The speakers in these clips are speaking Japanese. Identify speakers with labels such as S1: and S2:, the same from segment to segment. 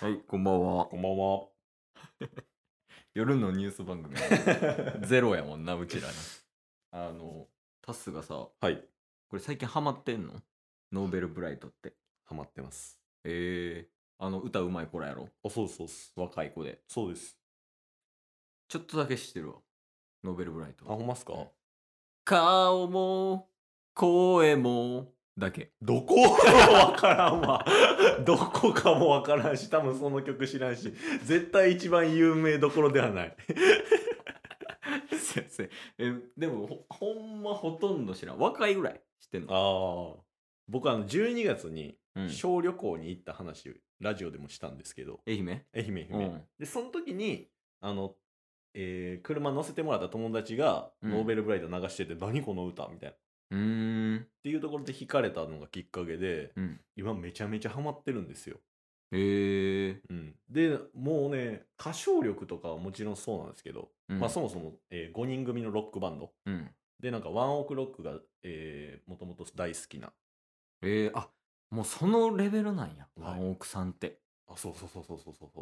S1: はい、こんばんは。
S2: こんばんは。
S1: 夜のニュース 番組ゼロやもんな、うちらに。あの、タスがさ、こ
S2: はい。
S1: れ最近ハマってんのノーベルブライトって。
S2: ハマってます。
S1: えー、あの、歌うまい子らやろ
S2: あ、そうそうっす。
S1: 若い子で。
S2: そうです。
S1: ちょっとだけ知ってるわ。ノーベルブライ
S2: あ、ほ
S1: ト。
S2: んまっすか
S1: 顔も、声も、だけ。
S2: どこ わからん わ。どこかもわからんし、多分その曲知らんし、絶対一番有名どころではない。
S1: 先生。え、でもほ、ほんまほとんど知らん。若いぐらい知ってんの。
S2: ああ。 僕あの12月に
S1: うん
S2: 小旅行に行った話、ラジオでもしたんですけど、
S1: 愛媛
S2: 愛媛愛
S1: う
S2: 媛、
S1: ん。
S2: で、その時に、あの、えー車乗せてもらった友達が、
S1: うん
S2: ノーベルブライト流してて、何この歌みたいな。っ
S1: うーん。
S2: ていうところで惹かれたのがきっかけで、
S1: うん。
S2: 今めちゃめちゃハマってるんですよ。
S1: えー。
S2: うん、でもうね歌唱力とかはもちろんそうなんですけど、
S1: うん
S2: まあ、そもそも、え5人組のロックバンド
S1: うん。
S2: でなんかワンオクロックが、えー、もともと大好きな
S1: えー、あもうそのレベルなんや、ワ
S2: はい
S1: ンオクさんって
S2: あそうそうそうそうそうそうそ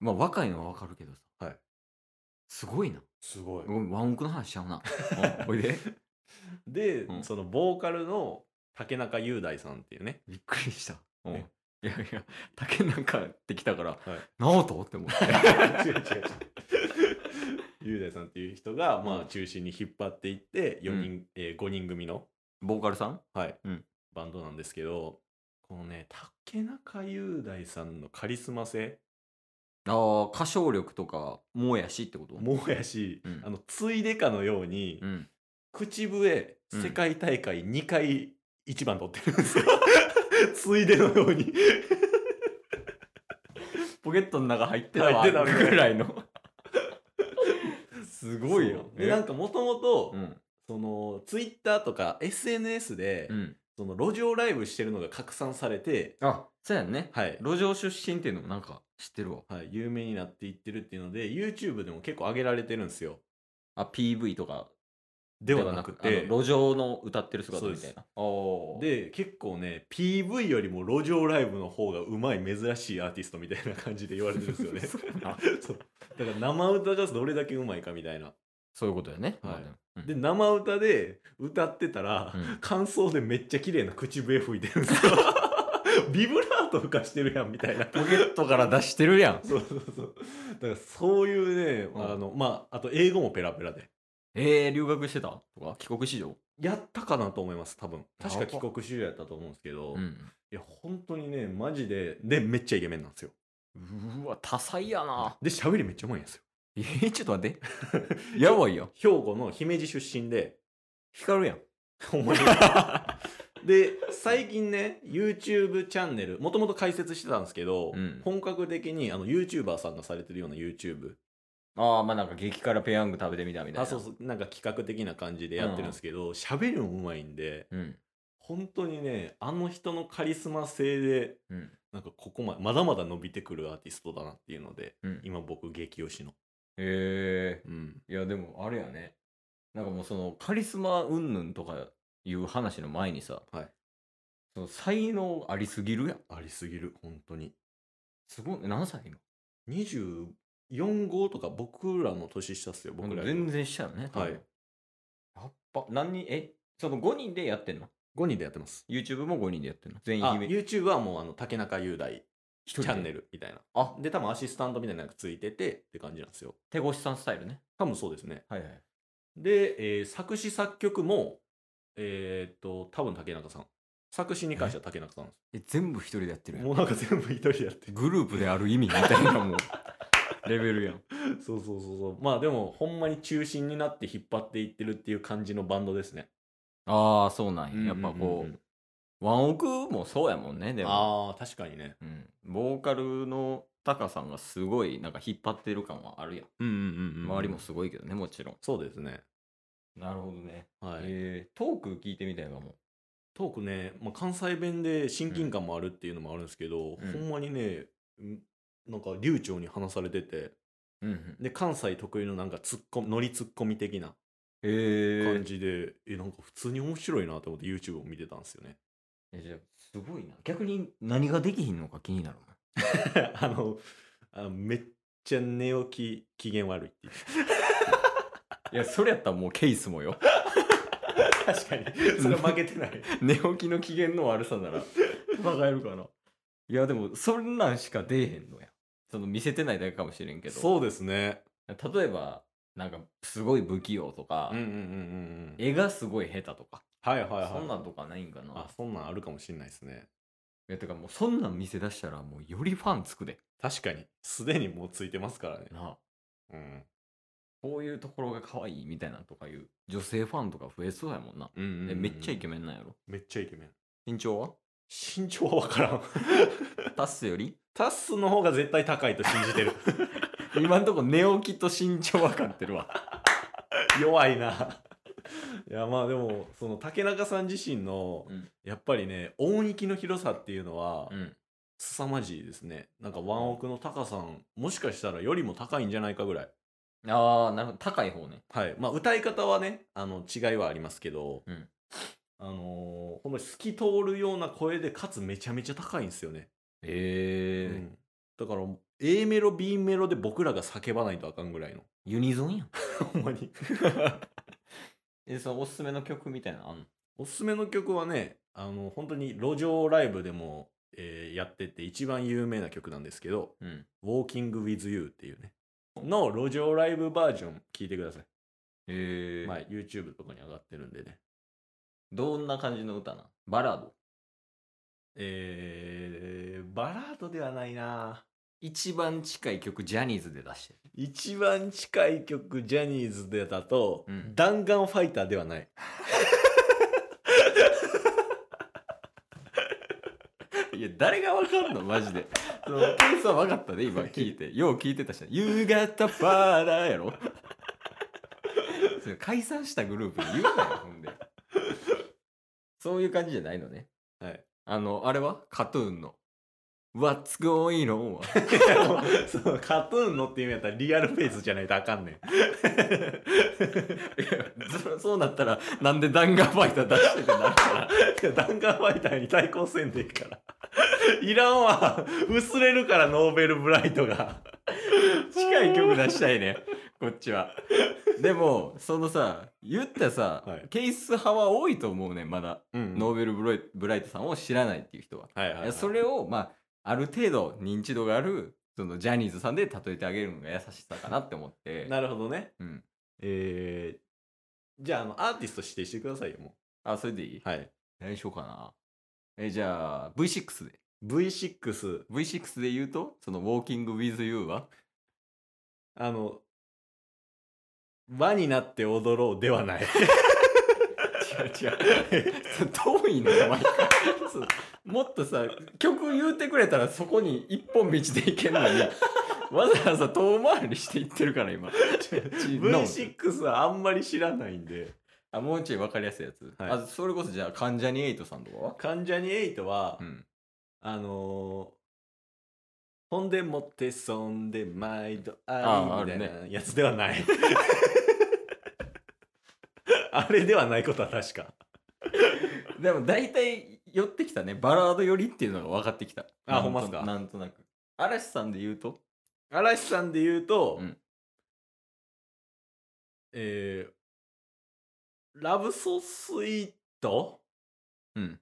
S2: う
S1: まあ若いのはわかるけどさ
S2: はい
S1: すごいな
S2: すごい
S1: ごめんワンオクの話しちゃう なうんおいで
S2: で、
S1: うん
S2: そのボーカルの竹中雄大さんっていう ね
S1: びっくりした、うん、い
S2: え
S1: やいや竹なんかってきたから、
S2: い
S1: 直人って思って
S2: 違う違う違う雄大さんっていう人が、まあ、中心に引っ張っていって四人、え5人組の
S1: ボーカルさん
S2: はい、
S1: うん
S2: バンドなんですけどこのね竹中雄大さんのカリスマ性
S1: あー歌唱力とかもやしってこと
S2: もやし、
S1: うん
S2: あのついでかのように、
S1: うん
S2: 口笛
S1: うん
S2: 世界大会2回1番取ってるん ですよ、ついでのように
S1: ポケットの中入ってた
S2: 入
S1: わ
S2: ってたみたいな
S1: ぐらいのすごいよ
S2: そうでなん
S1: か
S2: かもともと
S1: うん
S2: そのツイッターとか SNS で、
S1: うん
S2: その路上ライブしてるのが拡散されて、
S1: あそうやんね、
S2: はい
S1: 路上出身っていうのもなんか知ってるわ
S2: はい、有名になっていってるっていうので YouTube でも結構上げられてるんですよ
S1: あ PV とか
S2: ではなく
S1: あ
S2: て
S1: の路上の歌ってる姿みたいなで
S2: で結構ね PV よりも路上ライブの方がうまい珍しいアーティストみたいな感じで言われてるんですよね
S1: そうなん
S2: そうだから生歌がどれだけうまいかみたいな
S1: そういうことだよね、
S2: は
S1: まあ
S2: い
S1: でもうん
S2: で生歌で歌ってたら、
S1: うん
S2: 感想でめっちゃ綺麗な口笛吹いてるんですよ ビブラート吹かしてるやんみたいな
S1: ポケットから出してるやん
S2: そうそうそうだからそういうね、
S1: うん
S2: あのまああと英語もペラペラで
S1: えー、留学してたとか帰国子女
S2: やったかなと思います多分確か
S1: や
S2: 帰
S1: ば
S2: 国子女やったと思うんですけど、
S1: う
S2: い
S1: ん
S2: や本当にねマジででめっちゃイケメンなんですよ
S1: うわ多彩やな
S2: で喋りめっちゃうまいんですよ
S1: えー、ちょっと待ってやばいやん
S2: 兵庫の姫路出身で
S1: 光るやん
S2: ほ んまに で最近ね YouTube チャンネルもともと解説してたんですけど、
S1: うん
S2: 本格的にあの YouTuber さんがされてるような YouTube
S1: ああまあなんか激辛ペヤング食べてみたみたいな
S2: あそうそうなんか企画的な感じでやってるんですけど喋、りもうまいんで
S1: うん
S2: 本当にねあの人のカリスマ性で
S1: うん
S2: なんかここまでまだまだ伸びてくるアーティストだなっていうので
S1: うん
S2: 今僕激推しの、
S1: え
S2: うん、
S1: ー、いやでもあれやねなんかもうそのカリスマ云々とかいう話の前にさ、
S2: はい
S1: その才能ありすぎるやん
S2: ありすぎる本当に
S1: すごい何歳今
S2: 24号とか僕らの年下っすよ僕らより
S1: 全然したよね。
S2: はい
S1: 多分。やっぱ、何人、え、その5人でやってんの
S2: 5人でやってます
S1: ?YouTube も5人でやってんの全員
S2: あ
S1: 姫。
S2: YouTube はもうあの竹中雄大
S1: 一人
S2: チ
S1: で
S2: ャンネ。ルみたいな
S1: あ、
S2: で多分アシスタントみたいなのがついててって感じなんですよ
S1: 手越さんスタイルね。
S2: 多分そうですね
S1: はいはい。
S2: で、えー作詞作曲もえーっと多分竹中さん作詞に関しては竹中さんで
S1: え、全部一人でやってる
S2: す
S1: やん
S2: も。うなんか全部一人で やってる
S1: グループである意味みたいなもう、 レベルやん。
S2: そうそうそうそうまあでもほんまに中心になって引っ張っていってるっていう感じのバンドですね
S1: ああ、そうなんや。やっぱ
S2: うんうん
S1: こ
S2: うん
S1: う、ワンオクもそうやもんね、でも。
S2: ああ確かにね
S1: うん。ボーカルのタカさんがすごい、なんか引っ張ってる感はあるやん。
S2: うんうんうん、
S1: 周りもすごいけどね、もちろん。
S2: そうですね
S1: なるほどね。
S2: はい、
S1: えー、トーク聞いてみたいかも。
S2: トークね、まあ、関西弁で親近感もあるっていうのもあるんですけど、
S1: うん
S2: ほんまにねんなんか流暢に話されてて
S1: うんうん。
S2: で関西特有のなんかツッコミノリツッコミ的な
S1: えー
S2: 感じで、えなんか普通に面白いなと思って YouTube を見てたんですよね
S1: えじゃあすごいな逆に何ができひんのか気になる
S2: あのあのめっちゃ寝起き機嫌悪いっていう
S1: いやそれやったらもうケースもよ
S2: 確 かにそれは負けてない
S1: 寝起きの機嫌の悪さなら戦えるかないやでもそんなんしか出えへんのやその見せてないだけかもしれんけど
S2: うですね
S1: 例えばなんかすごい不器用とか、
S2: うんうんうんうんうん
S1: 絵がすごい下手とか、
S2: はいはいはい
S1: そんなんとかないんかな
S2: あそんなんあるかもしれないですね
S1: いやてかもうそんなん見せ出したらもうよりファンつくで
S2: 確かにすでにもうついてますからね
S1: なあ
S2: うん
S1: こういうところが可愛いみたいなんとかいう女性ファンとか増えそうやもんな、
S2: うんうんうん
S1: えめっちゃイケメンなんやろ
S2: めっちゃイケメン
S1: 身長は
S2: 身長は 分からん
S1: タッスより
S2: タッスの方が絶対高いと信じ てる
S1: 今んとこ寝起きと身長分かってるわ
S2: 弱いないやまあでもその竹中さん自身の、
S1: うん
S2: やっぱりね音域の広さっていうのは、
S1: うん
S2: 凄まじいですねなんかワンオクの高さんもしかしたらよりも高いんじゃないかぐらい
S1: ああなるほど高い方ね
S2: はいまあ歌い方はねあの違いはありますけど、
S1: うん
S2: あのーほんまに透き通るような声でかつめちゃめちゃ高いんですよね、
S1: へえ
S2: う、んだから A メロ B メロで僕らが叫ばないとあかんぐらいの
S1: ユニゾン やん
S2: ほんまに
S1: えそのおすすめの曲みたいなのあんの
S2: おすすめの曲はねあの本当に路上ライブでも、えーやってて一番有名な曲なんですけど
S1: うん
S2: 「Walking with You」っていうねの路上ライブバージョン聞いてください
S1: へえ、
S2: まあ、YouTube とかに上がってるんでね。
S1: どんな感じの歌なんバラード
S2: えー、バラードではないな
S1: 一番近い曲ジャニーズで出してる
S2: 一番近い曲、ジャニーズでだと、
S1: うん
S2: 弾丸ファイターではない。
S1: いや、誰がわかんのマジで。その、ケースは分かったで、今聞いて。よう聞いてたし、夕方パーラーやろ。それ解散したグループに言うなよ、ほんで。そういう感じじゃないのね。
S2: はい。
S1: あの、あれはカトゥーンの。What's going on? は
S2: そのカトゥーンのって意味やったらリアルフェイスじゃないとあかんねん。
S1: いやそそうなったら、なんで弾丸ファイター出しててなるから。
S2: 弾丸ファイターに対抗せんでいいから。 いらんわ。薄れるからノーベルブライトが。
S1: 近い曲出したいねこっちはでもそのさ言ったらさ、
S2: はい
S1: ケース派は多いと思うねまだ、
S2: うん
S1: ノーベルブロイブライトさんを知らないっていう人は、
S2: はいはいはい
S1: いやそれをまあある程度認知度があるそのジャニーズさんで例えてあげるのが優しさかなって思って
S2: なるほどね。
S1: うん、
S2: えー、じゃああの、アーティスト指定してくださいよ、も。
S1: あそれでいいう
S2: はい。
S1: 何しようかなえじゃあ V6 で
S2: V6、
S1: V6 で言うとその「ウォーキング・ウィズ・ユー」は
S2: あの、輪になって踊ろうでは ない。
S1: 違う違う遠いのよ毎回そうもっとさ曲言うてくれたらそこに一本道でいけるのにわざわざ遠回りしていってるから今 V6
S2: V6 はあんまり知らないんで、
S1: あもうちょい分かりやすいやつ、
S2: はい
S1: あそれこそじゃあ関ジャニエイトさんとかは
S2: 関ジャニ8は、
S1: うん
S2: あのー、ほんでもってそんで毎度
S1: ああ
S2: あり
S1: る
S2: み
S1: ね
S2: たいなやつで はない。あれではないことは確か。
S1: でも大体寄ってきたねバラード寄りっていうのが分かってきた
S2: あ
S1: なんと
S2: ほんまっすか
S1: なんとなく嵐さんで言うと
S2: 嵐さんで言うと、
S1: うん
S2: えーラブソスイート
S1: うん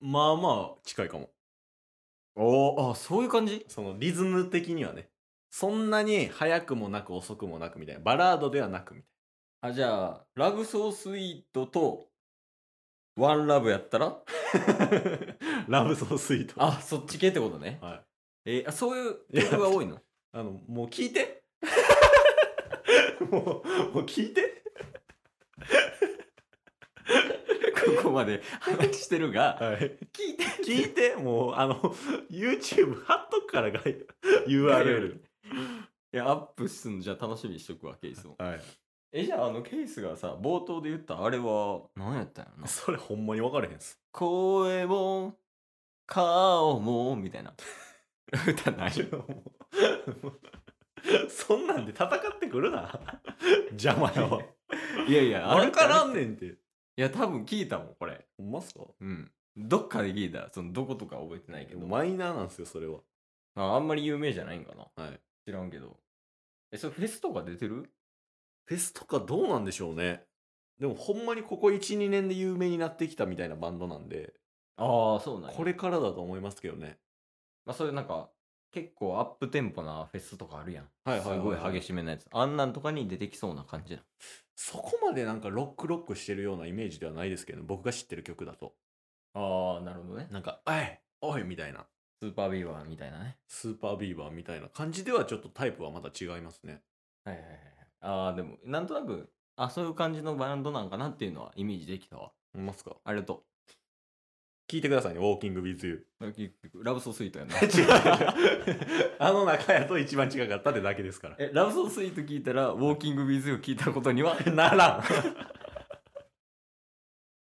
S2: まあまあ近いかも。
S1: おあそういう感じ
S2: そのリズム的にはね。そんなに早くもなく遅くもなくみたいな。バラードではなくみたい
S1: あじゃあ「ラブソースイート」と「ワンラブ」やったら
S2: な。ラブソースイート。
S1: あそっち系ってことね。
S2: はい。
S1: えー、あそういう曲が多いの
S2: あの、もう聞 いて。もう、もう聞いて。
S1: ここまで話してるが
S2: はい。
S1: 聞いて
S2: 聞いて。もう、あの、YouTube 貼っとくからが URL。
S1: いやアップすんのじゃあ楽しみにしとくわケイスも
S2: はい。
S1: えじゃああのケイスがさ冒頭で言ったあれは何やったんやろな
S2: それほんまに分からへんっす。
S1: 声も顔もみたいな歌 ないよ
S2: そんなんで戦ってく るな。邪魔やわ。
S1: いやいやあれ
S2: 分から
S1: い
S2: んねんって。
S1: や多分聞いたもんこれ
S2: ほんますか
S1: うんどっかで聞いたそのどことか覚えてないけど、
S2: マイナーなんですよそれは
S1: ああんまり有名じゃないんかな
S2: はい
S1: 知らんけどえそれフェスとか出てる
S2: フェスとかどうなんでしょうねでもほんまにここ12年で有名になってきたみたいなバンドなんで
S1: ああそうなんや
S2: これからだと思いますけどね
S1: まあ、そういうなんか結構アップテンポなフェスとかあるやん、
S2: はいはいはいはい
S1: すごい激しめなやつあんなんとかに出てきそうな感じだ
S2: そこまでなんかロックロックしてるようなイメージではないですけど僕が知ってる曲だと
S1: ああなるほどね
S2: なんか「おいおい!」みたいな
S1: スーパービーバーみたいなね
S2: スーパービーバーみたいな感じではちょっとタイプはまだ違いますね
S1: はいはいはいああでもなんとなくあそういう感じのバンドなんかなっていうのはイメージできたわ
S2: 思いますか
S1: ありがと
S2: 聞いてくださいね「ウォーキング・ウィズ・ ユ
S1: う結局ラブソースイートやな
S2: ー」 違 う あの中やと一番近かったってだけですから
S1: えラブソースイート聞いたらウォーキングウィズユー聞いたことには
S2: ならん